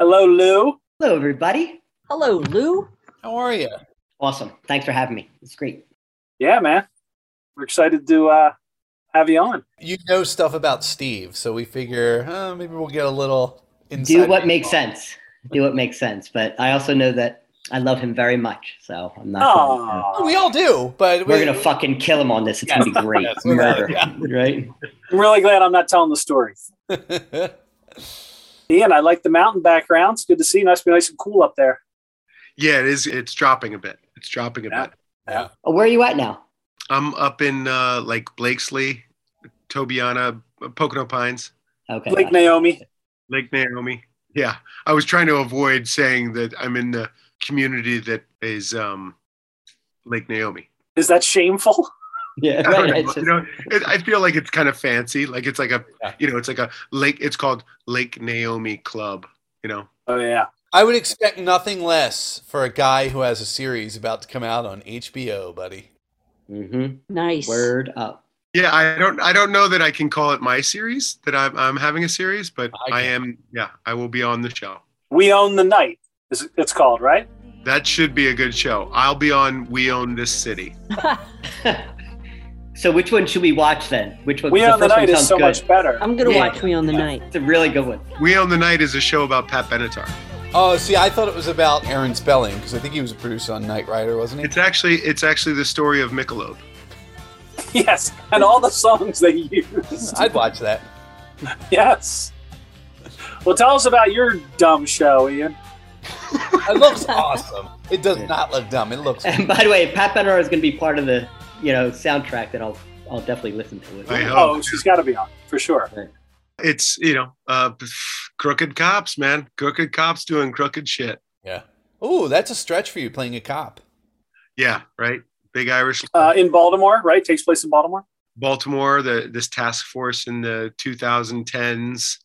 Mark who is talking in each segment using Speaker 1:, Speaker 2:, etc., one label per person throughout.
Speaker 1: Hello, Lou.
Speaker 2: Hello, everybody.
Speaker 3: Hello, Lou.
Speaker 4: How are you?
Speaker 2: Awesome. Thanks for having me. It's great.
Speaker 1: Yeah, man. We're excited to uh, have you on.
Speaker 4: You know stuff about Steve, so we figure uh, maybe we'll get a little inside.
Speaker 2: Do what makes
Speaker 4: baseball.
Speaker 2: sense. Do what makes sense. But I also know that I love him very much. So I'm not. gonna- uh,
Speaker 1: Oh,
Speaker 4: We all do, but
Speaker 2: we're
Speaker 4: we-
Speaker 2: going to fucking kill him on this. It's going to be great.
Speaker 4: Yes, we are,
Speaker 2: Murder.
Speaker 4: yeah.
Speaker 2: Right?
Speaker 1: I'm really glad I'm not telling the story. Ian, I like the mountain background. It's good to see. you. Nice to be nice and cool up there.
Speaker 5: Yeah, it is. It's dropping a bit. It's dropping a
Speaker 1: Yeah.
Speaker 5: bit.
Speaker 2: Oh, where are you at now?
Speaker 5: I'm up in uh like Blakesley, Tobiana, uh, Pocono Pines,
Speaker 2: Okay.
Speaker 1: Blake
Speaker 2: gotcha.
Speaker 1: Naomi.
Speaker 5: Lake Naomi. Yeah, I was trying to avoid saying that I'm in the community that is um Lake Naomi.
Speaker 1: Is that shameful?
Speaker 2: Yeah.
Speaker 5: I don't
Speaker 2: Right.
Speaker 5: know.
Speaker 2: It's
Speaker 5: you
Speaker 2: just-
Speaker 5: know, it, I feel like it's kind of fancy. Like it's like a,
Speaker 4: Yeah.
Speaker 5: you know, it's like a lake. It's called Lake Naomi Club. You know,
Speaker 1: Oh, yeah.
Speaker 4: I would expect nothing less for a guy who has a series about to come out on HBO, buddy.
Speaker 2: Mhm.
Speaker 3: Nice.
Speaker 2: Word up.
Speaker 5: Yeah, I don't I don't know that I can call it my series that I'm I'm having a series, but
Speaker 4: I
Speaker 5: I, am yeah, I will be on the show.
Speaker 1: We Own the Night, is it's called, right?
Speaker 5: That should be a good show. I'll be on We Own This City.
Speaker 2: so, which one should we watch then? Which one?
Speaker 1: We
Speaker 2: 'cause
Speaker 1: Own the
Speaker 2: first one
Speaker 1: Night is
Speaker 2: sounds
Speaker 1: so
Speaker 2: good.
Speaker 1: much better.
Speaker 3: I'm going to
Speaker 2: Yeah.
Speaker 3: watch Me on the Night.
Speaker 2: It's a really good one.
Speaker 5: We Own the Night is a show about Pat Benatar.
Speaker 4: Oh, see, I thought it was about Aaron Spelling because I think he was a producer on Knight Rider, wasn't he?
Speaker 5: It's actually it's actually the story of Michelob.
Speaker 1: Yes. And all the songs they used.
Speaker 4: I'd watch that.
Speaker 1: Yes. Well, tell us about your dumb show, Ian.
Speaker 4: It looks awesome. It does
Speaker 2: Yeah.
Speaker 4: not look dumb. It looks.
Speaker 2: And by the way, if Pat Benatar is going to be part of the, you know, soundtrack, then I'll I'll definitely listen to it.
Speaker 5: I hope.
Speaker 1: Oh, she's got to be on for sure.
Speaker 5: It's you know, uh crooked cops, man. Crooked cops doing crooked shit.
Speaker 4: Yeah. Ooh, that's a stretch for you playing a cop.
Speaker 5: Yeah, right. Big Irish
Speaker 1: Uh, in Baltimore, right? Takes place in Baltimore.
Speaker 5: Baltimore, the this task force in the 2010s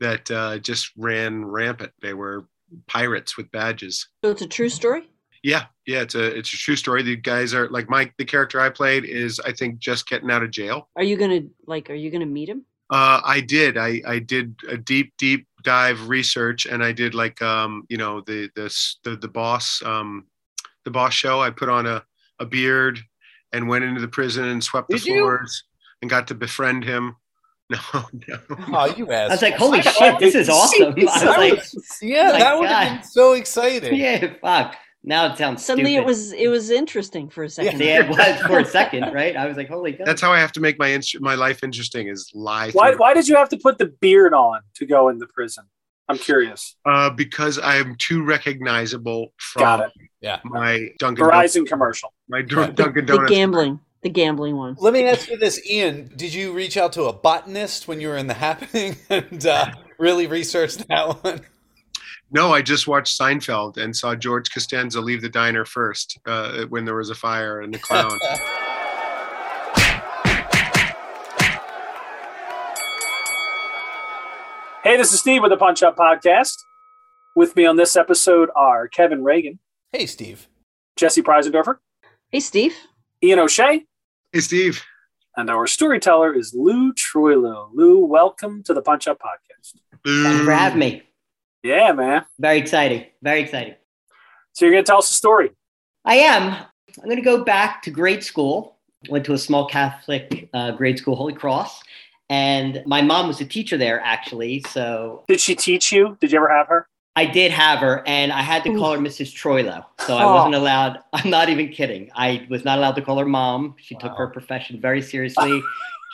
Speaker 5: that uh, just ran rampant. They were pirates with badges.
Speaker 3: So it's a true story?
Speaker 5: Yeah, yeah, it's a it's a true story. The guys are like my the character I played is I think just getting out of jail.
Speaker 3: Are you going to, like, are you going to meet him?
Speaker 5: Uh, I did I I did a deep deep dive research and I did like um you know the the s- the, the boss um the boss show. I put on a a beard and went into the prison and swept the
Speaker 4: Did you?
Speaker 5: floors and got to befriend him. No, no.
Speaker 4: Oh, you asked.
Speaker 2: I was like, holy
Speaker 1: I-
Speaker 2: shit, this is awesome. I was like,
Speaker 4: yeah,
Speaker 2: my
Speaker 4: that would
Speaker 2: God.
Speaker 4: have been so exciting.
Speaker 2: yeah, fuck. Now it sounds
Speaker 3: Suddenly
Speaker 2: stupid.
Speaker 3: it was it was interesting for a second.
Speaker 2: Yeah, it was for a second, right? I was like, holy god.
Speaker 5: That's how I have to make my inst- my life interesting is lie.
Speaker 1: Why,
Speaker 5: through-
Speaker 1: why did you have to put the beard on to go in the prison? I'm curious.
Speaker 5: Uh, because I am too recognizable
Speaker 1: Got
Speaker 5: from
Speaker 1: it.
Speaker 4: Yeah.
Speaker 5: my Dunkin' Donuts,
Speaker 1: Verizon commercial.
Speaker 5: my
Speaker 4: Yeah.
Speaker 5: Dun- Dunkin'
Speaker 3: The
Speaker 5: Donuts.
Speaker 3: gambling. The gambling one.
Speaker 4: Let me ask you this, Ian. Did you reach out to a botanist when you were in the happening and uh, really research that one?
Speaker 5: No, I just watched Seinfeld and saw George Costanza leave the diner first uh, when there was a fire and the clown.
Speaker 1: Hey, this is Steve with the Punch Up Podcast. With me on this episode are Kevin Reagan,
Speaker 4: hey, Steve.
Speaker 1: Jesse Preisendorfer,
Speaker 3: Hey, Steve.
Speaker 1: Ian O'Shea,
Speaker 5: hey, Steve.
Speaker 1: and our storyteller is Lou Troilo. Lou, welcome to the Punch Up Podcast.
Speaker 2: Thank you for having me.
Speaker 1: Yeah, man.
Speaker 2: Very exciting. Very exciting.
Speaker 1: So you're going to tell us a story.
Speaker 2: I am. I'm going to go back to grade school. Went to a small Catholic uh, grade school, Holy Cross, and my mom was a teacher there actually. So
Speaker 1: Did she teach you? Did you ever have her?
Speaker 2: I did have her, and I had to call her Mrs. Troilo. So I
Speaker 3: Oh.
Speaker 2: wasn't allowed. I'm not even kidding. I was not allowed to call her mom. She took
Speaker 4: Wow.
Speaker 2: her profession very seriously.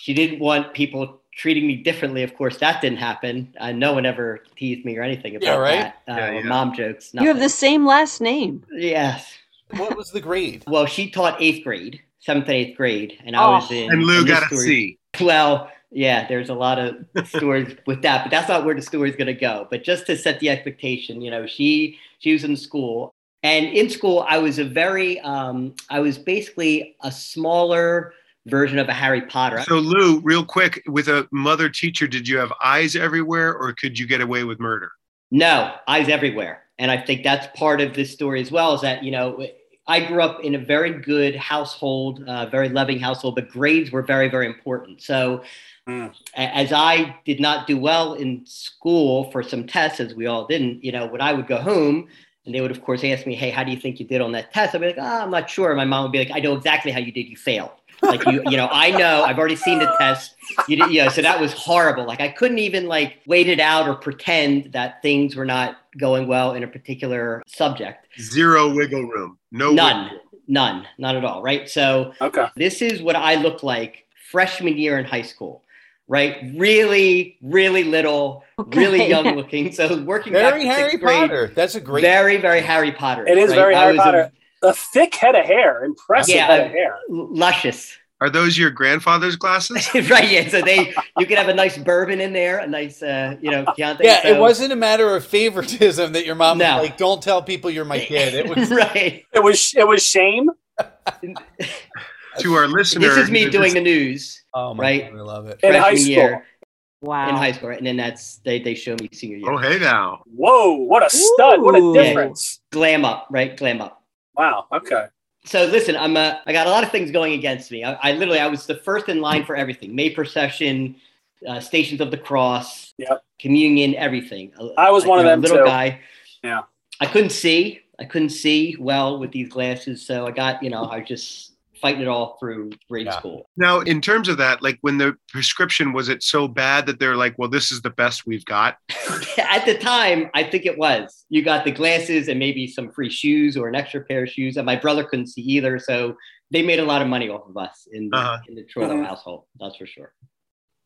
Speaker 2: she didn't want people treating me differently. Of course, that didn't happen. Uh, no one ever teased me or anything about
Speaker 4: Yeah, right?
Speaker 2: that. Uh,
Speaker 5: Yeah,
Speaker 2: or
Speaker 5: yeah.
Speaker 2: Mom jokes.
Speaker 3: You have
Speaker 2: nothing.
Speaker 3: the same last name.
Speaker 2: Yes.
Speaker 4: What was the grade?
Speaker 2: Well, she taught eighth grade, seventh and eighth grade, and I
Speaker 3: Oh.
Speaker 2: was in.
Speaker 5: And Lou
Speaker 2: this
Speaker 5: got a
Speaker 2: story-
Speaker 5: C.
Speaker 2: Well, yeah, there's a lot of stories with that, but that's not where the story's going to go. But just to set the expectation, you know, she she was in school, and in school, I was a very, um, I was basically a smaller version of a Harry Potter.
Speaker 5: So, Lou, real quick, with a mother teacher, did you have eyes everywhere or could you get away with murder?
Speaker 2: No, eyes everywhere. And I think that's part of this story as well is that, you know, I grew up in a very good household, uh, very loving household, but grades were very, very important. So
Speaker 1: Mm.
Speaker 2: A- As I did not do well in school for some tests, as we all didn't, you know, when I would go home and they would, of course, ask me, Hey, how do you think you did on that test? I'd be like, oh, I'm not sure. My mom would be like, I know exactly how you did. You failed. Like, you, you know, I know, I've already seen the test. You did, yeah. So that was horrible. Like, I couldn't even like wait it out or pretend that things were not going well in a particular subject.
Speaker 5: Zero wiggle room. No wiggle
Speaker 2: None.
Speaker 5: room.
Speaker 2: None, not at all. Right. So,
Speaker 1: Okay.
Speaker 2: this is what I looked like freshman year in high school, right? Really, really little, really
Speaker 3: Okay.
Speaker 2: young looking. So working back
Speaker 4: Very
Speaker 2: to
Speaker 4: Harry
Speaker 2: sixth grade,
Speaker 4: Potter. That's a great.
Speaker 2: very, very Harry Potter.
Speaker 1: It is very
Speaker 2: I
Speaker 1: Harry
Speaker 2: was a-
Speaker 1: Potter. A thick head of hair. Impressive
Speaker 2: Yeah.
Speaker 1: head of hair.
Speaker 2: luscious,
Speaker 5: Are those your grandfather's glasses?
Speaker 2: right? Yeah. So they, you could have a nice bourbon in there, a nice, uh, you know, Chianti.
Speaker 4: yeah,
Speaker 2: So-
Speaker 4: it wasn't a matter of favoritism that your mom
Speaker 2: No.
Speaker 4: was like, "Don't tell people you're my kid." It was
Speaker 2: right.
Speaker 1: It was it was shame.
Speaker 5: to our listener,
Speaker 2: This is me doing the news
Speaker 4: oh my
Speaker 2: Right.
Speaker 4: God, I love it.
Speaker 1: In high
Speaker 2: freshman
Speaker 1: school.
Speaker 2: year
Speaker 3: Wow.
Speaker 2: in high school, right? and then that's they they show me senior year.
Speaker 5: Oh, hey now.
Speaker 1: Whoa, what a stud. What a
Speaker 3: Ooh.
Speaker 1: difference.
Speaker 2: Glam up, right? Glam up.
Speaker 1: Wow. Okay.
Speaker 2: So listen, I'm a, I got a lot of things going against me. I, I literally I was the first in line for everything: May procession, uh, Stations of the Cross,
Speaker 1: Yep.
Speaker 2: communion, everything.
Speaker 1: I was one of
Speaker 2: you know,
Speaker 1: them,
Speaker 2: Little
Speaker 1: too.
Speaker 2: guy.
Speaker 1: Yeah.
Speaker 2: I couldn't see. I couldn't see well with these glasses, so I got you know I was just fighting it all through grade
Speaker 4: Yeah.
Speaker 2: school.
Speaker 5: Now, in terms of that, like when the prescription was it so bad that they're like, well, this is the best we've got.
Speaker 2: At the time, I think it was. You got the glasses and maybe some free shoes or an extra pair of shoes, and my brother couldn't see either, so they made a lot of money off of us in the,
Speaker 5: Uh-huh.
Speaker 2: in the Toronto
Speaker 1: Mhm.
Speaker 2: household. That's for sure.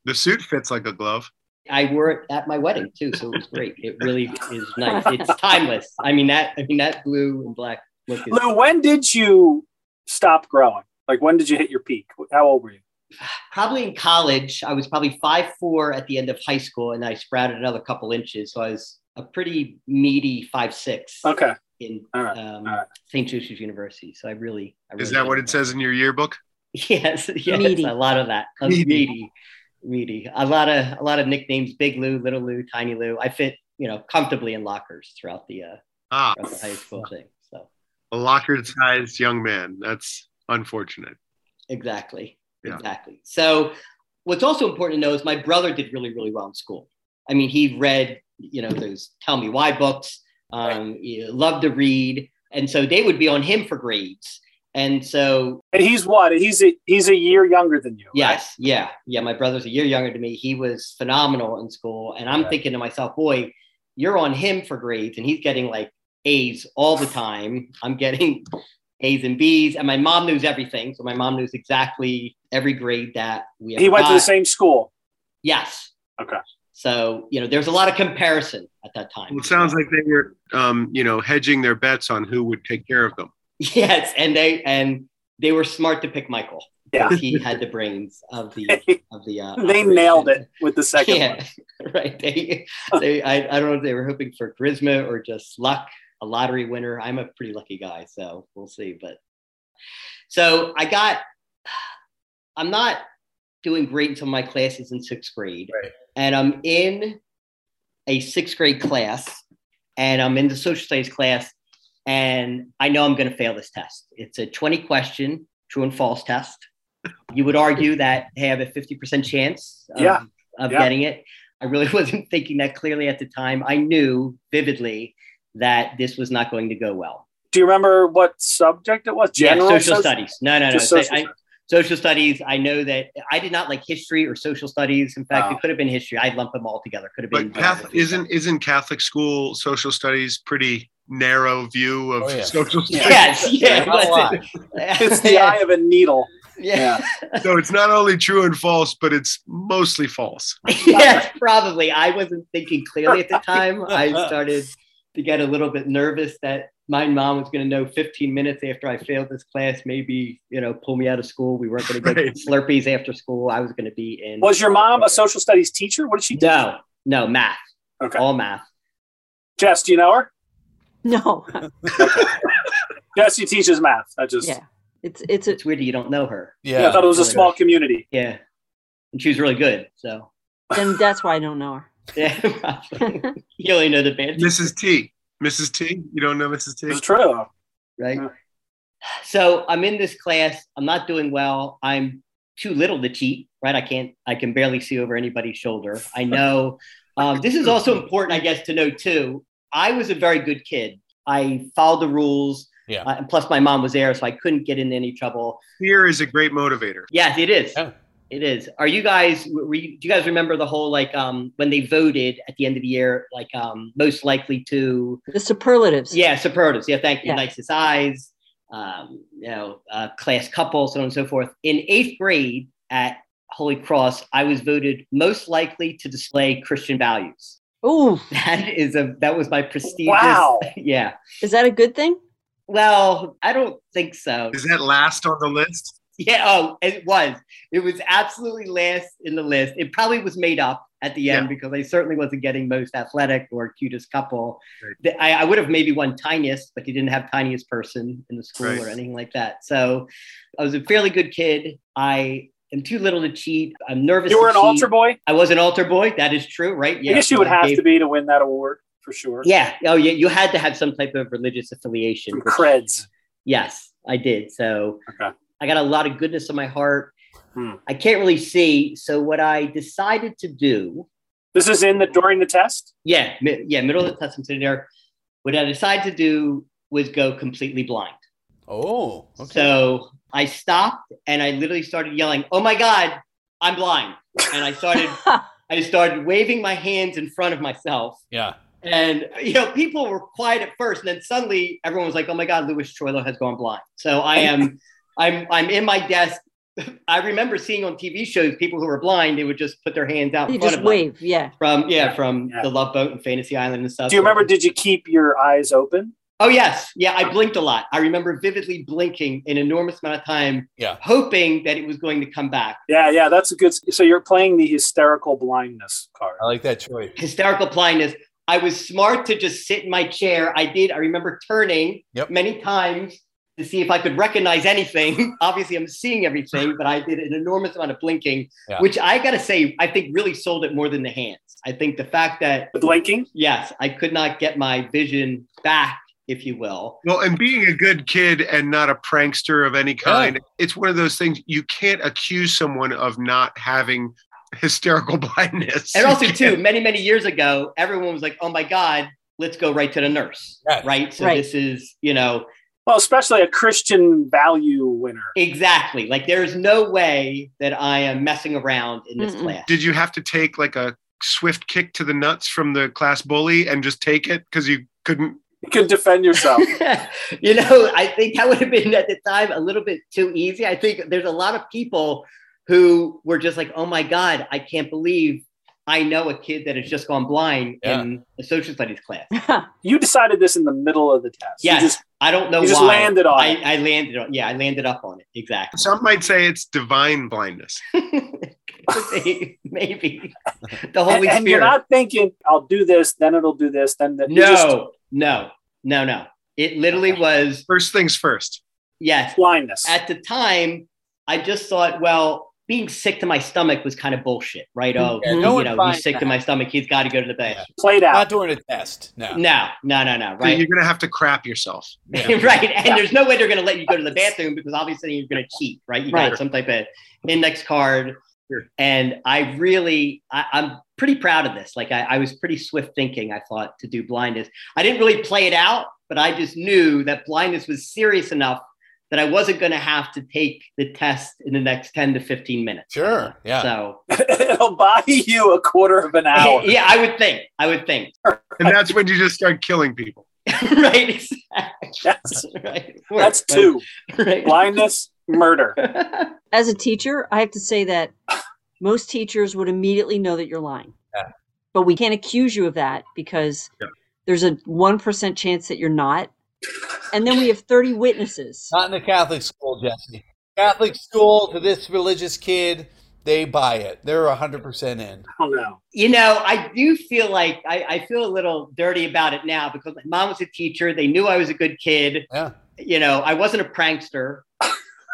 Speaker 5: The suit fits like a glove.
Speaker 2: I wore it at my wedding too, so it was great. It really is nice. It's timeless. I mean that. I mean that blue and black look is.
Speaker 1: Lou, when did you stop growing? Like when did you hit your peak? How old were you?
Speaker 2: Probably in college, I was probably five four at the end of high school, and I sprouted another couple inches, so I was a pretty meaty five six
Speaker 1: Okay.
Speaker 2: in
Speaker 1: All right.
Speaker 2: um,
Speaker 1: all right.
Speaker 2: St. Joseph's University. So I really. I really
Speaker 5: Is that what it says in your yearbook?
Speaker 2: Yes, yes,
Speaker 3: Meaty.
Speaker 2: a lot of that. A
Speaker 5: Meaty.
Speaker 2: meaty. meaty, a lot of a lot of nicknames: Big Lou, Little Lou, Tiny Lou. I fit, you know, comfortably in lockers throughout the uh,
Speaker 5: Ah,
Speaker 2: throughout the high school thing. So.
Speaker 5: a locker-sized young man. That's unfortunate.
Speaker 2: Exactly.
Speaker 5: Yeah.
Speaker 2: Exactly. So what's also important to know is my brother did really, really well in school. I mean, he read, you know, those tell me why books, um, you know, loved to read. And so they would be on him for grades. And so,
Speaker 1: And he's what? He's a he's a year younger than you. right?
Speaker 2: yes, yeah, yeah. My brother's a year younger than me. He was phenomenal in school. And I'm
Speaker 1: Yeah.
Speaker 2: thinking to myself, boy, you're on him for grades and he's getting like A's all the time. I'm getting A's and B's. And my mom knows everything. So my mom knows exactly every grade that we ever
Speaker 1: He went to
Speaker 2: got.
Speaker 1: the same school.
Speaker 2: Yes.
Speaker 1: Okay.
Speaker 2: So, you know, there's a lot of comparison at that time.
Speaker 5: Well, it sounds like they were, um, you know, hedging their bets on who would take care of them.
Speaker 2: Yes, and they and they were smart to pick Michael.
Speaker 1: Yeah.
Speaker 2: 'cause He had the brains of the of the uh,
Speaker 1: they nailed it with the second
Speaker 2: yeah.
Speaker 1: one.
Speaker 2: right. They they I, I don't know if they were hoping for charisma or just luck, a lottery winner. I'm a pretty lucky guy, so we'll see, but so I got I'm not doing great until my class is in 6th grade.
Speaker 4: Right.
Speaker 2: And I'm in a 6th grade class and I'm in the social studies class and I know I'm going to fail this test. It's a 20 question true and false test. You would argue that hey, I have a 50% chance of,
Speaker 1: Yeah.
Speaker 2: of
Speaker 1: Yeah.
Speaker 2: getting it. I really wasn't thinking that clearly at the time. I knew vividly that this was not going to go well.
Speaker 1: Do you remember what subject it was?
Speaker 2: Yeah,
Speaker 1: General
Speaker 2: social
Speaker 1: soci-
Speaker 2: studies. No, no, no.
Speaker 1: Just
Speaker 2: So
Speaker 1: social
Speaker 2: I-
Speaker 1: studies.
Speaker 2: social studies. I know that I did not like history or social studies. In fact,
Speaker 1: Oh.
Speaker 2: it could have been history. I lump them all together. Could have been.
Speaker 5: But Catholic,
Speaker 2: geography.
Speaker 5: isn't isn't Catholic school social studies pretty narrow view of
Speaker 4: Oh, yeah.
Speaker 5: social studies?
Speaker 2: Yes, yeah.
Speaker 4: Not a lot.
Speaker 1: It's the eye of a needle.
Speaker 2: yeah.
Speaker 5: So it's not only true and false, but it's mostly false.
Speaker 2: yes, probably. I wasn't thinking clearly at the time. I started to get a little bit nervous that my mom was going to know 15 minutes after I failed this class, maybe, you know, pull me out of school. We weren't going to get
Speaker 5: Right.
Speaker 2: Slurpees after school. I was going to be in.
Speaker 1: Was your mom a social studies teacher? What did she do?
Speaker 2: No, no, math.
Speaker 1: Okay.
Speaker 2: All math.
Speaker 1: Jess, do you know her?
Speaker 3: No.
Speaker 1: Jess, she teaches math. I just
Speaker 3: yeah. It's it's a
Speaker 2: It's weird that you don't know her.
Speaker 1: I
Speaker 4: Yeah.
Speaker 1: thought it was a small community.
Speaker 2: Yeah. And she was really good. So,
Speaker 3: then that's why I don't know her.
Speaker 2: yeah. probably. you only know the band,
Speaker 5: Mrs. T. Mrs. T. You don't know Mrs. T.
Speaker 1: It's true.
Speaker 2: right? So I'm in this class. I'm not doing well. I'm too little to cheat, right? I can't, I can barely see over anybody's shoulder. I know. Um, this is also important, I guess, to know too. I was a very good kid. I followed the rules.
Speaker 4: Yeah.
Speaker 2: Uh, and plus, my mom was there, so I couldn't get into any trouble.
Speaker 5: Fear is a great motivator.
Speaker 2: Yes, it is.
Speaker 4: Yeah.
Speaker 2: It is. Are you guys? Were you, do you guys remember the whole like um, when they voted at the end of the year, like um, most likely to
Speaker 3: The superlatives.
Speaker 2: yeah, superlatives. Yeah, thank you.
Speaker 3: Yeah.
Speaker 2: Nicest eyes, um, you know, uh, class couple, so on and so forth. In eighth grade at Holy Cross, I was voted most likely to display Christian values.
Speaker 3: Ooh,
Speaker 2: That is a that was my prestigious.
Speaker 1: Wow.
Speaker 2: Yeah.
Speaker 3: is that a good thing?
Speaker 2: Well, I don't think so.
Speaker 5: Is that last on the list?
Speaker 2: Yeah. Oh, it was. It was absolutely last in the list. It probably was made up at the end because I certainly wasn't getting most athletic or cutest couple.
Speaker 5: Right.
Speaker 2: The- I, I would have maybe won tiniest, but you didn't have tiniest person in the school
Speaker 5: Right.
Speaker 2: or anything like that. So I was a fairly good kid. I am too little to cheat. I'm nervous.
Speaker 1: You were
Speaker 2: to
Speaker 1: an
Speaker 2: cheat.
Speaker 1: altar boy.
Speaker 2: I was an altar boy. That is true, right?
Speaker 1: I guess you would have to be to win that award for sure.
Speaker 2: Yeah. Oh, yeah. You had to have some type of religious affiliation.
Speaker 1: Some
Speaker 2: which-
Speaker 1: creds.
Speaker 2: Yes, I did. So
Speaker 1: Okay.
Speaker 2: I got a lot of goodness in my heart.
Speaker 1: Hmm.
Speaker 2: I can't really see. So what I decided to do,
Speaker 1: This is in the during the test.
Speaker 2: yeah, mi- yeah, middle of the test, I'm sitting there. What I decided to do was go completely blind.
Speaker 4: Oh, okay.
Speaker 2: So I stopped and I literally started yelling, "Oh my God, I'm blind!" And I started, I just started waving my hands in front of myself.
Speaker 4: yeah.
Speaker 2: And you know, people were quiet at first, and then suddenly everyone was like, "Oh my God, Louis Troilo has gone blind." So I am, I'm, I'm in my desk. I remember seeing on TV shows people who were blind; they would just put their hands out in
Speaker 3: You
Speaker 2: front
Speaker 3: just
Speaker 2: of them.
Speaker 3: wave. Yeah.
Speaker 2: from yeah, from
Speaker 1: Yeah.
Speaker 2: the Love Boat and Fantasy Island and stuff.
Speaker 1: Do you remember? Did you keep your eyes open?
Speaker 2: Oh yes, yeah, I blinked a lot. I remember vividly blinking an enormous amount of time,
Speaker 4: Yeah.
Speaker 2: hoping that it was going to come back.
Speaker 1: Yeah, yeah, that's a good. So you're playing the hysterical blindness card.
Speaker 2: Oh.
Speaker 4: I like that choice.
Speaker 2: hysterical blindness. I was smart to just sit in my chair. I did. I remember turning
Speaker 4: Yep.
Speaker 2: many times to see if I could recognize anything. Obviously, I'm seeing everything, but I did an enormous amount of blinking,
Speaker 4: Yeah.
Speaker 2: which I got to say, I think really sold it more than the hands. I think the fact that,
Speaker 1: The blinking.
Speaker 2: yes, I could not get my vision back, if you will.
Speaker 5: Well, and being a good kid and not a prankster of any kind, it's one of those things you can't accuse someone of not having hysterical blindness.
Speaker 2: And
Speaker 5: You
Speaker 2: also,
Speaker 5: can't.
Speaker 2: too, many, many years ago, everyone was like, oh my God, let's go right to the nurse.
Speaker 4: Right.
Speaker 2: Right. So
Speaker 3: Right.
Speaker 2: this is, you know,
Speaker 1: Well, especially a Christian value winner.
Speaker 2: Exactly. Like there is no way that I am messing around in this
Speaker 3: Mm-mm.
Speaker 2: class.
Speaker 5: Did you have to take like a swift kick to the nuts from the class bully and just take it because you couldn't?
Speaker 1: You can defend yourself.
Speaker 2: you know, I think that would have been at the time a little bit too easy. I think there's a lot of people who were just like, "Oh my god, I can't believe I know a kid that has just gone blind
Speaker 4: Yeah.
Speaker 2: in a social studies class."
Speaker 1: you decided this in the middle of the test. You
Speaker 2: Yes.
Speaker 1: just-
Speaker 2: I don't know
Speaker 1: You
Speaker 2: why.
Speaker 1: just landed on
Speaker 2: I,
Speaker 1: it.
Speaker 2: I landed on. Yeah, I landed up on it. Exactly.
Speaker 5: Some might say it's divine blindness.
Speaker 2: Maybe the
Speaker 1: and,
Speaker 2: Holy
Speaker 1: and you're
Speaker 2: Spirit.
Speaker 1: not thinking, "I'll do this, then it'll do this, then that."
Speaker 2: no,
Speaker 1: You're just
Speaker 2: no, no, no. It literally was
Speaker 5: First things first.
Speaker 2: yes.
Speaker 1: blindness.
Speaker 2: at the time, I just thought, well, being sick to my stomach was kind of bullshit, right? Oh,
Speaker 4: Yeah,
Speaker 3: Mhm.
Speaker 4: no
Speaker 2: you
Speaker 4: one
Speaker 2: know,
Speaker 4: finds
Speaker 2: he's sick
Speaker 4: that.
Speaker 2: to my stomach. He's got to go to the bathroom.
Speaker 1: Played out.
Speaker 4: Not during a test. No.
Speaker 2: No, no, no, no,
Speaker 5: So
Speaker 2: right?
Speaker 5: You're going to have to crap yourself.
Speaker 4: Yeah.
Speaker 2: right. And there's no way they're going to let you go to the bathroom because obviously you're going to cheat, right? You got
Speaker 3: Right.
Speaker 2: some type of index card.
Speaker 5: Sure.
Speaker 2: And I really, I, I'm pretty proud of this. Like I, I was pretty swift thinking, I thought, to do blindness. I didn't really play it out, but I just knew that blindness was serious enough that I wasn't going to have to take the test in the next 10 to 15 minutes.
Speaker 4: Sure. Yeah.
Speaker 2: So,
Speaker 1: It'll buy you a quarter of an hour.
Speaker 2: yeah, I would think, I would think.
Speaker 5: And that's when you just start killing people.
Speaker 2: right. Exactly.
Speaker 1: That's,
Speaker 2: Right.
Speaker 1: that's two:
Speaker 2: Right.
Speaker 1: blindness, murder.
Speaker 3: As a teacher, I have to say that most teachers would immediately know that you're lying.
Speaker 4: Yeah.
Speaker 3: But we can't accuse you of that because
Speaker 5: Yeah.
Speaker 3: there's a 1% chance that you're not. And then we have 30 witnesses.
Speaker 4: Not in the Catholic school, Jesse. Catholic school to this religious kid, they buy it. They're 100% in.
Speaker 1: I don't know.
Speaker 2: you know, I do feel like I, I feel a little dirty about it now because my mom was a teacher. They knew I was a good kid.
Speaker 4: Yeah.
Speaker 2: You know, I wasn't a prankster.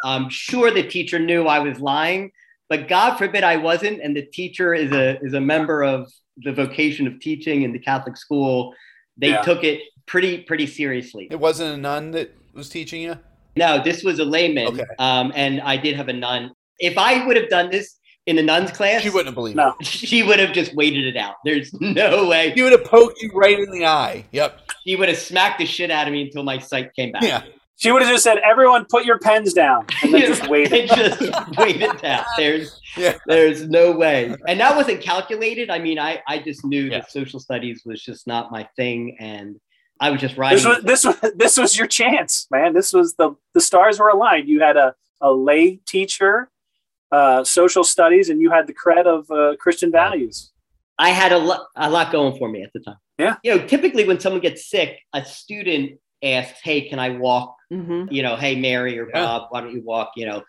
Speaker 2: I'm sure the teacher knew I was lying, but God forbid I wasn't. And the teacher is a is a member of the vocation of teaching in the Catholic school. They
Speaker 1: Yeah.
Speaker 2: took it pretty pretty seriously.
Speaker 4: It wasn't a nun that was teaching you?
Speaker 2: No, this was a layman,
Speaker 4: Okay.
Speaker 2: um, and I did have a nun. If I would have done this in the nuns class,
Speaker 4: She wouldn't have believed
Speaker 1: No.
Speaker 4: it.
Speaker 2: she would have just waited it out. There's no way.
Speaker 4: She would have poked you right in the eye. Yep.
Speaker 2: She would have smacked the shit out of me until my sight came back.
Speaker 4: Yeah.
Speaker 1: She would have just said, "Everyone, put your pens down," and then just waited.
Speaker 2: And just waited out. There's
Speaker 4: Yeah.
Speaker 2: there's no way. And that wasn't calculated. I mean, I, I just knew
Speaker 4: Yeah.
Speaker 2: that social studies was just not my thing and I was just riding.
Speaker 1: This was
Speaker 2: with it.
Speaker 1: this was this was your chance, man. This was the the stars were aligned. You had a a lay teacher, uh, social studies, and you had the cred of uh, Christian values.
Speaker 2: I had a lot, a lot going for me at the time.
Speaker 1: Yeah.
Speaker 2: You know, typically when someone gets sick, a student asks, Hey, can I walk?
Speaker 3: hmm
Speaker 2: You know, Hey, Mary or
Speaker 4: Yeah.
Speaker 2: Bob, why don't you walk? You know,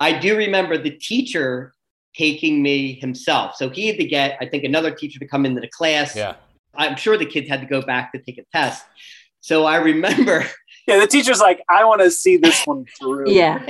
Speaker 2: I do remember the teacher taking me himself. So he had to get, I think, another teacher to come into the class.
Speaker 4: Yeah.
Speaker 2: I'm sure the kids had to go back to take a test. So I remember.
Speaker 1: Yeah, the teacher's like, "I want to see this one through."
Speaker 3: Yeah.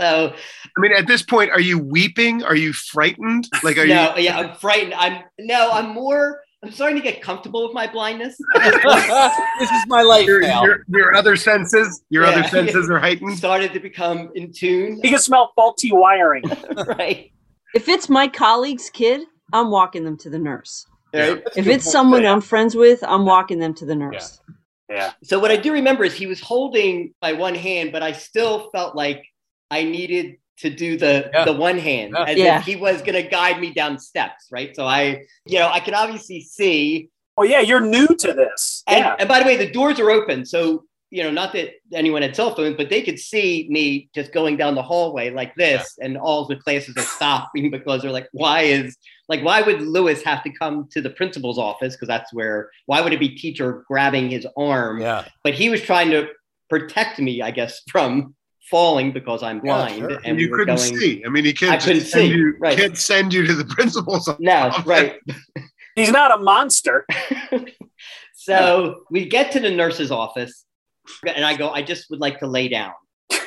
Speaker 2: So
Speaker 5: I mean, at this point, are you weeping? Are you frightened? Like, are you?
Speaker 2: no, yeah, I'm frightened. I'm no, I'm more. I'm starting to get comfortable with my blindness. At this point.
Speaker 4: this is my life
Speaker 5: Your,
Speaker 4: now.
Speaker 5: your, your other senses, your
Speaker 2: Yeah.
Speaker 5: other senses are heightened.
Speaker 2: started to become in tune,
Speaker 1: He could smell faulty wiring.
Speaker 2: right?
Speaker 3: If it's my colleague's kid, I'm walking them to the nurse.
Speaker 2: Right?
Speaker 3: If it's someone I'm friends with, I'm walking them to the nurse.
Speaker 1: Yeah,
Speaker 2: So what I do remember is he was holding my one hand, but I still felt like I needed to do the
Speaker 4: Yeah.
Speaker 2: the one hand
Speaker 4: Yeah.
Speaker 2: as
Speaker 3: Yeah.
Speaker 2: if he was going to guide me down steps, right? So I, you know, I could obviously see
Speaker 1: well, yeah, you're new to this.
Speaker 2: And,
Speaker 1: yeah,
Speaker 2: and by the way, the doors are open. So, you know, not that anyone had cell phones, but they could see me just going down the hallway like this, and all the classes are stopping because they're like, why is, like, why would Lewis have to come to the principal's office? Because that's where, why would it be teacher grabbing his arm?
Speaker 4: Yeah.
Speaker 2: But he was trying to protect me, I guess, from falling because I'm
Speaker 4: Yeah,
Speaker 2: blind.
Speaker 4: sure.
Speaker 2: And
Speaker 5: you
Speaker 2: we were
Speaker 5: couldn't
Speaker 2: going,
Speaker 5: see. I mean, he can't.
Speaker 2: I
Speaker 5: just
Speaker 2: couldn't
Speaker 5: send
Speaker 2: see,
Speaker 5: You,
Speaker 2: right.
Speaker 5: Can't send you to the principal's. office.
Speaker 2: No, right.
Speaker 1: he's not a monster.
Speaker 2: So we get to the nurse's office, and I go, I just would like to lay down.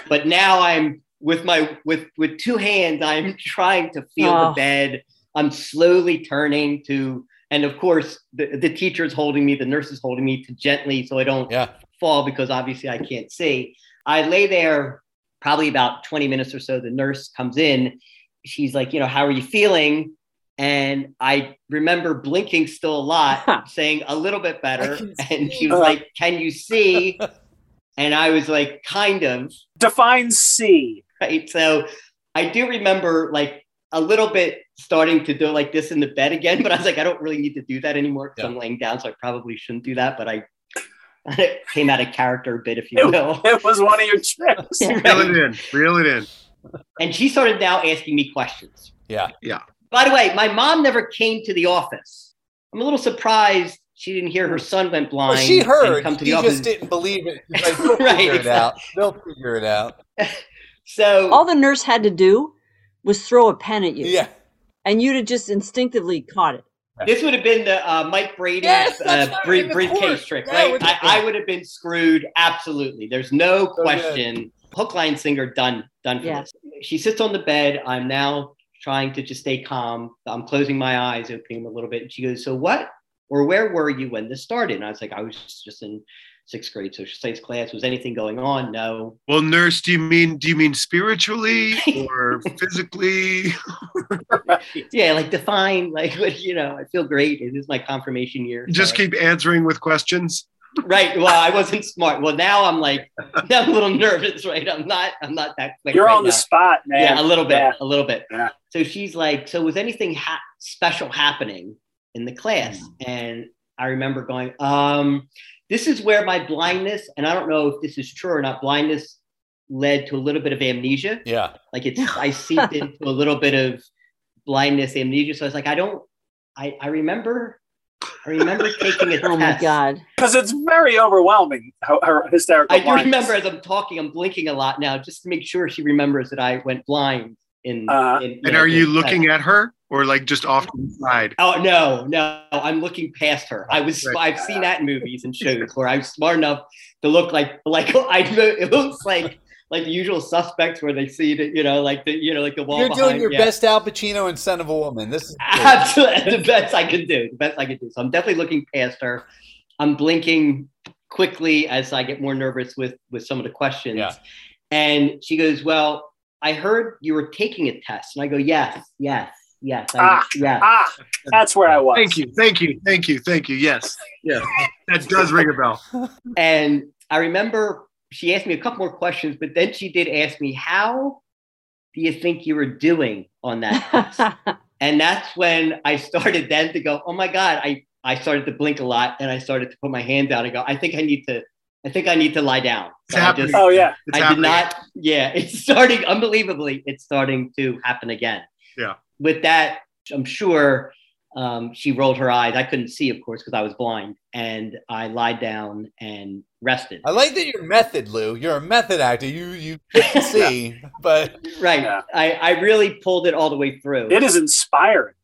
Speaker 2: But now I'm with my with with two hands, I'm trying to feel the
Speaker 3: Oh.
Speaker 2: bed. I'm slowly turning to, and of course, the, the teacher's holding me, the nurse is holding me to gently so I don't
Speaker 4: Yeah.
Speaker 2: fall because obviously I can't see. I lay there probably about 20 minutes or so. The nurse comes in. She's like, you know, how are you feeling? And I remember blinking still a lot, saying a little bit
Speaker 4: I
Speaker 2: better.
Speaker 4: can
Speaker 2: And she
Speaker 4: see.
Speaker 2: was like, can you see? And I was like, kind of.
Speaker 1: Define C.
Speaker 2: Right. So I do remember like a little bit starting to do like this in the bed again, but I was like, I don't really need to do that anymore because
Speaker 4: Yeah.
Speaker 2: I'm laying down. So I probably shouldn't do that. But I came out of character a bit, if
Speaker 1: It
Speaker 2: you will.
Speaker 1: It was one of your tricks.
Speaker 2: Yeah.
Speaker 5: Reel it in. Reel it in.
Speaker 2: And she started now asking me questions.
Speaker 4: Yeah.
Speaker 5: Yeah.
Speaker 2: By the way, my mom never came to the office. I'm a little surprised she didn't hear her son went blind.
Speaker 4: Well, she
Speaker 2: and
Speaker 4: heard.
Speaker 2: come to the
Speaker 4: she
Speaker 2: office.
Speaker 4: just didn't believe it. She's like, they'll
Speaker 2: Right,
Speaker 4: figure it
Speaker 2: exactly.
Speaker 4: out. They'll figure it out.
Speaker 2: So
Speaker 4: Oh,
Speaker 3: All the nurse had to do was throw a pen at you,
Speaker 4: Yeah.
Speaker 3: and you'd have just instinctively caught it.
Speaker 2: this would have been the uh, Mike Brady's
Speaker 4: Yes, that's
Speaker 2: uh,
Speaker 4: right,
Speaker 2: brie-
Speaker 4: of
Speaker 2: briefcase
Speaker 4: course.
Speaker 2: trick,
Speaker 4: Yeah,
Speaker 2: right?
Speaker 4: with the-
Speaker 2: I, I would have been screwed. Absolutely. There's no
Speaker 4: good.
Speaker 2: question. Hook, line, singer, done, done for
Speaker 3: Yeah.
Speaker 2: this. She sits on the bed. I'm now trying to just stay calm. I'm closing my eyes, opening them a little bit. And she goes, So what or where were you when this started? And I was like, I was just in sixth grade social studies class. Was anything going on? No.
Speaker 5: Well, nurse, do you mean do you mean spiritually or physically?
Speaker 2: Yeah, like define, like, what, you know, I feel great. It is my confirmation year.
Speaker 5: Just
Speaker 2: So-
Speaker 5: keep answering with questions.
Speaker 2: Right. Well, I wasn't smart. Well, now I'm like, now I'm a little nervous, right? I'm not, I'm not that quick.
Speaker 1: You're
Speaker 2: right
Speaker 1: on the
Speaker 2: now.
Speaker 1: spot, man.
Speaker 2: Yeah, a little bit,
Speaker 1: Yeah.
Speaker 2: a little bit.
Speaker 1: Yeah.
Speaker 2: So she's like, so was anything ha- special happening in the class?
Speaker 1: Mm.
Speaker 2: And I remember going, um, this is where my blindness, and I don't know if this is true or not, blindness led to a little bit of amnesia.
Speaker 4: Yeah.
Speaker 2: Like it's, I seeped into a little bit of blindness, amnesia. So I was like, I don't, I, I remember, I remember taking a
Speaker 3: Oh my
Speaker 2: test.
Speaker 3: god!
Speaker 1: because it's very overwhelming. Her, her hysterical.
Speaker 2: I do
Speaker 1: lines.
Speaker 2: remember as I'm talking, I'm blinking a lot now, just to make sure she remembers that I went blind. In,
Speaker 1: Uh-huh.
Speaker 2: in-
Speaker 5: Uh, And
Speaker 2: know,
Speaker 5: are you
Speaker 2: in-
Speaker 5: looking at her or like just off to the side?
Speaker 2: Oh no, no! I'm looking past her. I was. I've seen that in movies and shows where I'm smart enough to look like like I. know It looks like like the usual suspects where they see the you know like the you know like the wall.
Speaker 4: You're
Speaker 2: behind,
Speaker 4: doing your
Speaker 2: yeah.
Speaker 4: best Al Pacino and Son of a Woman. This is good.
Speaker 2: Absolutely, the best I could do. The best I could do. So I'm definitely looking past her. I'm blinking quickly as I get more nervous with with some of the questions.
Speaker 4: Yeah.
Speaker 2: And she goes, "Well, I heard you were taking a test. And I go, yes, yes, yes, I,
Speaker 1: Ah,
Speaker 2: yes.
Speaker 1: ah, that's where I was.
Speaker 5: Thank you, thank you, thank you, thank you. Yes, yes, that does ring a bell.
Speaker 2: And I remember she asked me a couple more questions, but then she did ask me, how do you think you were doing on
Speaker 3: Oh,
Speaker 2: that test? And that's when I started then to go, oh my God, I, I started to blink a lot and I started to put my hand down and go, I think I need to, I think I need to lie down.
Speaker 5: It's
Speaker 2: I
Speaker 5: happening.
Speaker 2: just-
Speaker 1: Oh yeah.
Speaker 5: It's
Speaker 2: I did
Speaker 5: happening.
Speaker 2: not, yeah, it's starting unbelievably, it's starting to happen again.
Speaker 5: Yeah.
Speaker 2: With that, I'm sure um, she rolled her eyes. I couldn't see, of course, because I was blind. And I lied down and rested.
Speaker 4: I like that you're method, Lou. You're a method actor. You you can see, but
Speaker 2: Right.
Speaker 1: Yeah.
Speaker 2: I, I really pulled it all the way through.
Speaker 1: It is inspiring.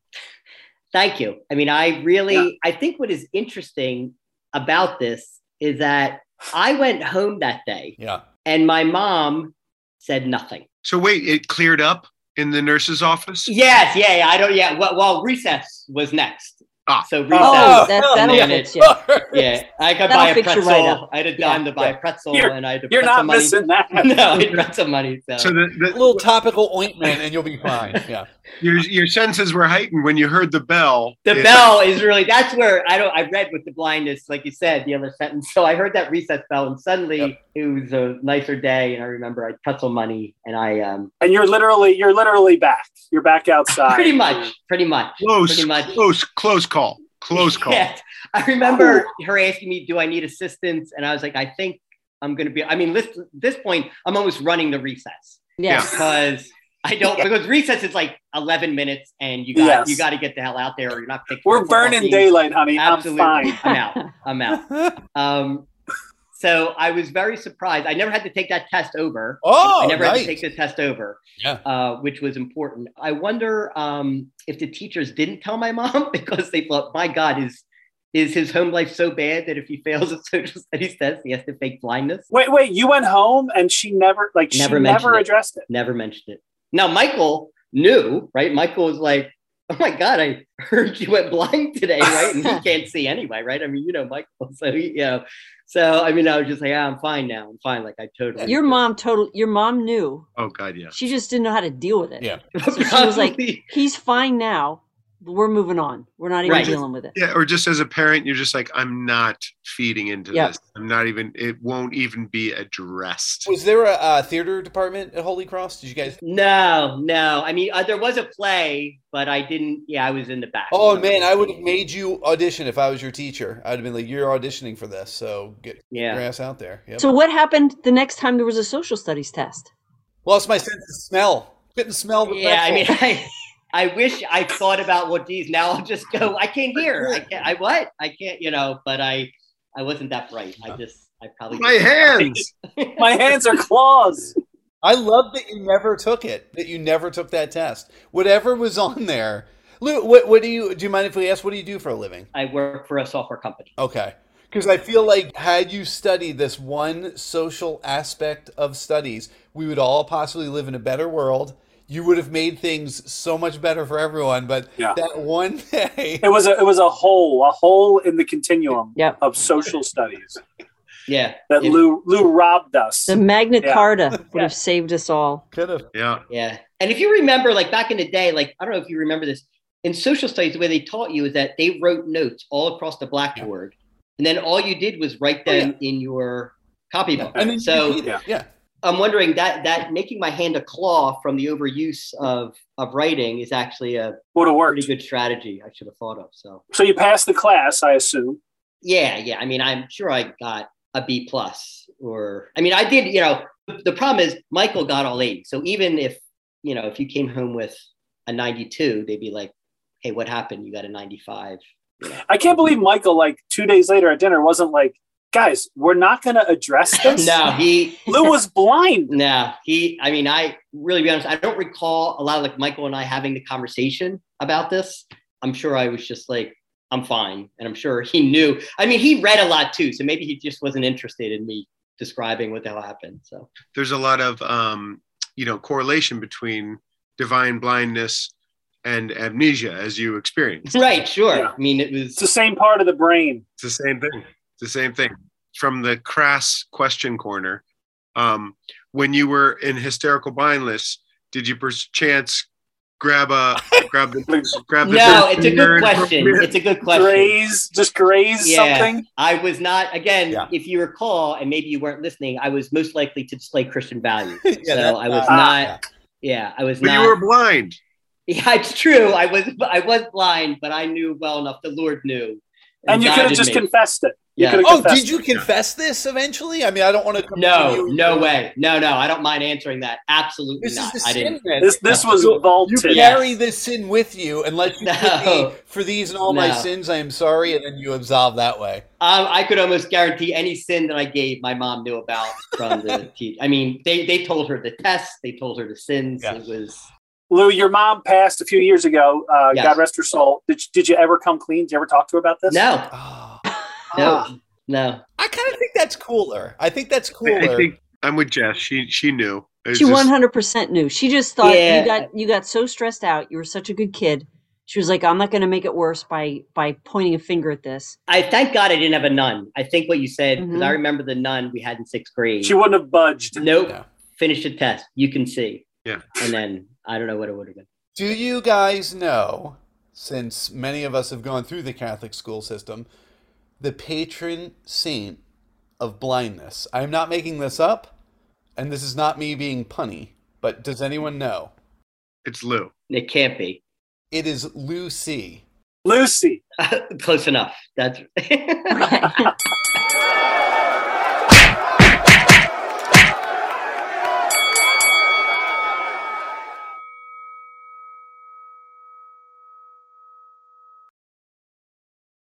Speaker 2: Thank you. I mean, I really,
Speaker 1: Yeah.
Speaker 2: I think what is interesting about this is that I went home that day
Speaker 4: yeah.
Speaker 2: and my mom said nothing.
Speaker 5: So wait, it cleared up in the nurse's office.
Speaker 2: Yes. Yeah. yeah I don't, yeah. Well, well recess was next.
Speaker 5: Ah.
Speaker 2: So recess.
Speaker 3: oh, that,
Speaker 4: Oh,
Speaker 3: that'll
Speaker 2: man, it-
Speaker 3: fix you.
Speaker 2: Yeah, I could
Speaker 3: That'll
Speaker 2: buy a
Speaker 3: fix
Speaker 2: pretzel.
Speaker 3: you right up.
Speaker 2: I had a
Speaker 3: Yeah,
Speaker 2: dime to buy
Speaker 4: yeah.
Speaker 2: a pretzel, and I had to
Speaker 1: You're
Speaker 2: put
Speaker 1: not
Speaker 2: some money.
Speaker 1: missing that.
Speaker 2: no, I had some money. So,
Speaker 5: So the,
Speaker 4: A
Speaker 5: the,
Speaker 4: little topical ointment, and you'll be fine. Yeah.
Speaker 5: your your senses were heightened when you heard the bell.
Speaker 2: the
Speaker 5: It-
Speaker 2: bell is really that's where I don't. I read with the blindness, like you said, the other sentence. So I heard that recess bell, and suddenly
Speaker 4: Yep.
Speaker 2: it was a nicer day. And I remember I had pretzel money, and I um
Speaker 1: And you're literally you're literally back. You're back outside.
Speaker 2: pretty much, pretty much,
Speaker 5: Close,
Speaker 2: pretty much.
Speaker 5: close, close call, close call.
Speaker 2: Yes. I remember her asking me, "Do I need assistance?" And I was like, "I think I'm going to be." I mean, this this point, I'm almost running the recess.
Speaker 3: Yes.
Speaker 2: because I don't because recess is like 11 minutes and you got
Speaker 1: Yes.
Speaker 2: you got to get the hell out there or you're not picking.
Speaker 1: We're burning daylight, honey.
Speaker 2: Absolutely,
Speaker 1: I'm fine.
Speaker 2: I'm out. I'm out. Um, so I was very surprised. I never had to take that test over.
Speaker 4: Oh,
Speaker 2: I never had
Speaker 4: nice.
Speaker 2: to take the test over,
Speaker 4: Yeah.
Speaker 2: uh, which was important. I wonder um, if the teachers didn't tell my mom because they thought, my God, is is his home life so bad that if he fails a social studies test, he has to fake blindness?
Speaker 1: Wait, wait, you went home and she never like
Speaker 2: Never
Speaker 1: she
Speaker 2: mentioned
Speaker 1: never
Speaker 2: it.
Speaker 1: addressed it.
Speaker 2: never mentioned it. Now Michael knew, right? Michael was like, "Oh my god, I heard you went blind today, right?" And he can't see anyway, right? I mean, you know, Michael. So he, you know, so I mean, I was just like, "Yeah, I'm fine now. I'm fine." Like I totally.
Speaker 3: Your mom total your mom knew.
Speaker 5: Oh God, yeah.
Speaker 3: She just didn't know how to deal with it.
Speaker 4: Yeah.
Speaker 2: Probably-
Speaker 3: she was like, He's fine now. We're moving on. We're not even
Speaker 2: Right.
Speaker 3: dealing with it.
Speaker 5: Yeah, or just as a parent, you're just like, I'm not feeding into
Speaker 3: Yep.
Speaker 5: this. I'm not even. It won't even be addressed.
Speaker 4: Was there a uh, theater department at Holy Cross? Did you guys?
Speaker 2: "No, no. I mean, uh, there was a play, but I didn't. Yeah, I was in the back."
Speaker 4: Oh man, I would have made you audition if I was your teacher. I'd have been like, "You're auditioning for this, so get your
Speaker 2: Yeah.
Speaker 4: ass out there." Yep.
Speaker 3: So what happened the next time there was a social studies test?
Speaker 4: Lost my sense of smell. Couldn't smell. The
Speaker 2: Yeah. I mean,
Speaker 4: pretzel.
Speaker 2: I. I wish I thought about well, geez, now I'll just go. I can't hear. I can't. I what? I can't. You know. But I, I wasn't that bright. I just. I probably.
Speaker 5: My hands.
Speaker 1: My hands are claws.
Speaker 4: I love that you never took it. That you never took that test. Whatever was on there, Lou. What, what do you? Do you mind if we ask? What do you do for a living?
Speaker 2: I work for a software company.
Speaker 4: Okay. Because I feel like had you studied this one social aspect of studies, we would all possibly live in a better world. You would have made things so much better for everyone. But
Speaker 1: Yeah.
Speaker 4: that one day,
Speaker 1: It was a it was a hole, a hole in the continuum
Speaker 3: Yep.
Speaker 1: of social studies
Speaker 2: Yeah.
Speaker 1: that
Speaker 2: Yeah.
Speaker 1: Lou Lou robbed us.
Speaker 3: The Magna
Speaker 1: Yeah.
Speaker 3: Carta would
Speaker 2: Yeah.
Speaker 3: have saved us all.
Speaker 4: could have.
Speaker 5: Yeah.
Speaker 2: Yeah. And if you remember, like back in the day, like I don't know if you remember this, in social studies, the way they taught you is that they wrote notes all across the blackboard. And then all you did was write
Speaker 4: Oh, yeah.
Speaker 2: them in your copybook.
Speaker 4: And then
Speaker 2: so
Speaker 4: you yeah. yeah.
Speaker 2: I'm wondering that that making my hand a claw from the overuse of of writing is actually a
Speaker 1: Would have
Speaker 2: pretty
Speaker 1: worked.
Speaker 2: good strategy I should have thought of. So
Speaker 1: So you passed the class, I assume.
Speaker 2: Yeah, yeah. I mean, I'm sure I got a B plus, or I mean, I did. You know, the problem is Michael got all A's. So even if you know, if you came home with a 92, they'd be like, "Hey, what happened? You got a 95."
Speaker 1: I
Speaker 2: Mm-hmm.
Speaker 1: can't believe Michael, like two days later at dinner, wasn't like, guys, we're not gonna address this.
Speaker 2: No, he,
Speaker 1: Lou was blind.
Speaker 2: no, he. I mean, I really be honest, I don't recall a lot of like Michael and I having the conversation about this. I'm sure I was just like. I'm fine. And I'm sure he knew. I mean, he read a lot too. So maybe he just wasn't interested in me describing what the hell happened. So,
Speaker 5: There's a lot of um, you know correlation between divine blindness and amnesia, as you experience.
Speaker 2: right. Sure.
Speaker 1: Yeah.
Speaker 2: I mean, it was
Speaker 1: It's the same part of the brain.
Speaker 5: It's the same thing. It's the same thing. From the crass question corner, um, when you were in hysterical blindness, did you per chance grab a grab the grab the
Speaker 2: No,
Speaker 5: third
Speaker 2: it's a
Speaker 5: finger
Speaker 2: good
Speaker 5: and-
Speaker 2: question. It's a good question.
Speaker 1: graze, just graze
Speaker 2: Yeah.
Speaker 1: something.
Speaker 2: I was not again.
Speaker 4: Yeah.
Speaker 2: If you recall, and maybe you weren't listening, I was most likely to display Christian values.
Speaker 4: Yeah,
Speaker 2: so
Speaker 4: that's
Speaker 2: I was
Speaker 1: not-
Speaker 2: not. Yeah, I was
Speaker 5: But
Speaker 2: not.
Speaker 5: you were blind.
Speaker 2: yeah, it's true. I was. I was blind, but I knew well enough. The Lord knew.
Speaker 1: And you could have
Speaker 2: guided
Speaker 1: just
Speaker 2: me.
Speaker 1: confessed it. You
Speaker 2: Yeah.
Speaker 1: could have
Speaker 4: Oh,
Speaker 1: confessed
Speaker 4: did you confess this eventually? I mean, I don't want to.
Speaker 2: No, no way. No, no. I don't mind answering that. Absolutely
Speaker 4: This is
Speaker 2: not.
Speaker 4: the
Speaker 2: I
Speaker 4: sin.
Speaker 2: didn't.
Speaker 1: it. This this was
Speaker 4: You- You
Speaker 1: vaulted.
Speaker 4: carry this sin with you, unless you
Speaker 2: No.
Speaker 4: forgive me for these and all my
Speaker 2: No.
Speaker 4: sins. I am sorry, and then you absolve that way.
Speaker 2: Um, I could almost guarantee any sin that I gave, my mom knew about from the teacher. I mean, they they told her the tests. They told her the sins.
Speaker 4: Yeah.
Speaker 2: It was.
Speaker 1: Lou, your mom passed a few years ago. Uh,
Speaker 2: Yes.
Speaker 1: God rest her soul. Did, you- did you ever come clean? Did you ever talk to her about this?
Speaker 2: No,
Speaker 4: Ah.
Speaker 2: no, no.
Speaker 4: I kind of think that's cooler. I think that's
Speaker 5: I,
Speaker 4: cooler.
Speaker 5: I think I'm with Jess. She she knew. It was
Speaker 3: She
Speaker 5: just-
Speaker 3: one hundred percent knew. She just thought
Speaker 2: Yeah.
Speaker 3: you got you got so stressed out. You were such a good kid. She was like, "I'm not going to make it worse by by pointing a finger at this."
Speaker 2: I thank God I didn't have a nun. I think what you said because I
Speaker 4: Mm-hmm.
Speaker 3: Mhm.
Speaker 2: remember the nun we had in sixth grade.
Speaker 1: She wouldn't have budged.
Speaker 2: nope.
Speaker 4: Yeah.
Speaker 2: Finish the test. You can see.
Speaker 5: Yeah.
Speaker 2: And then I don't know what it would have been.
Speaker 4: Do you guys know, since many of us have gone through the Catholic school system, the patron saint of blindness? I'm not making this up, and this is not me being punny, but does anyone know?
Speaker 5: It's Lou.
Speaker 2: It can't be
Speaker 4: It is Lucy.
Speaker 1: Lucy.
Speaker 2: close enough. That's
Speaker 3: Okay.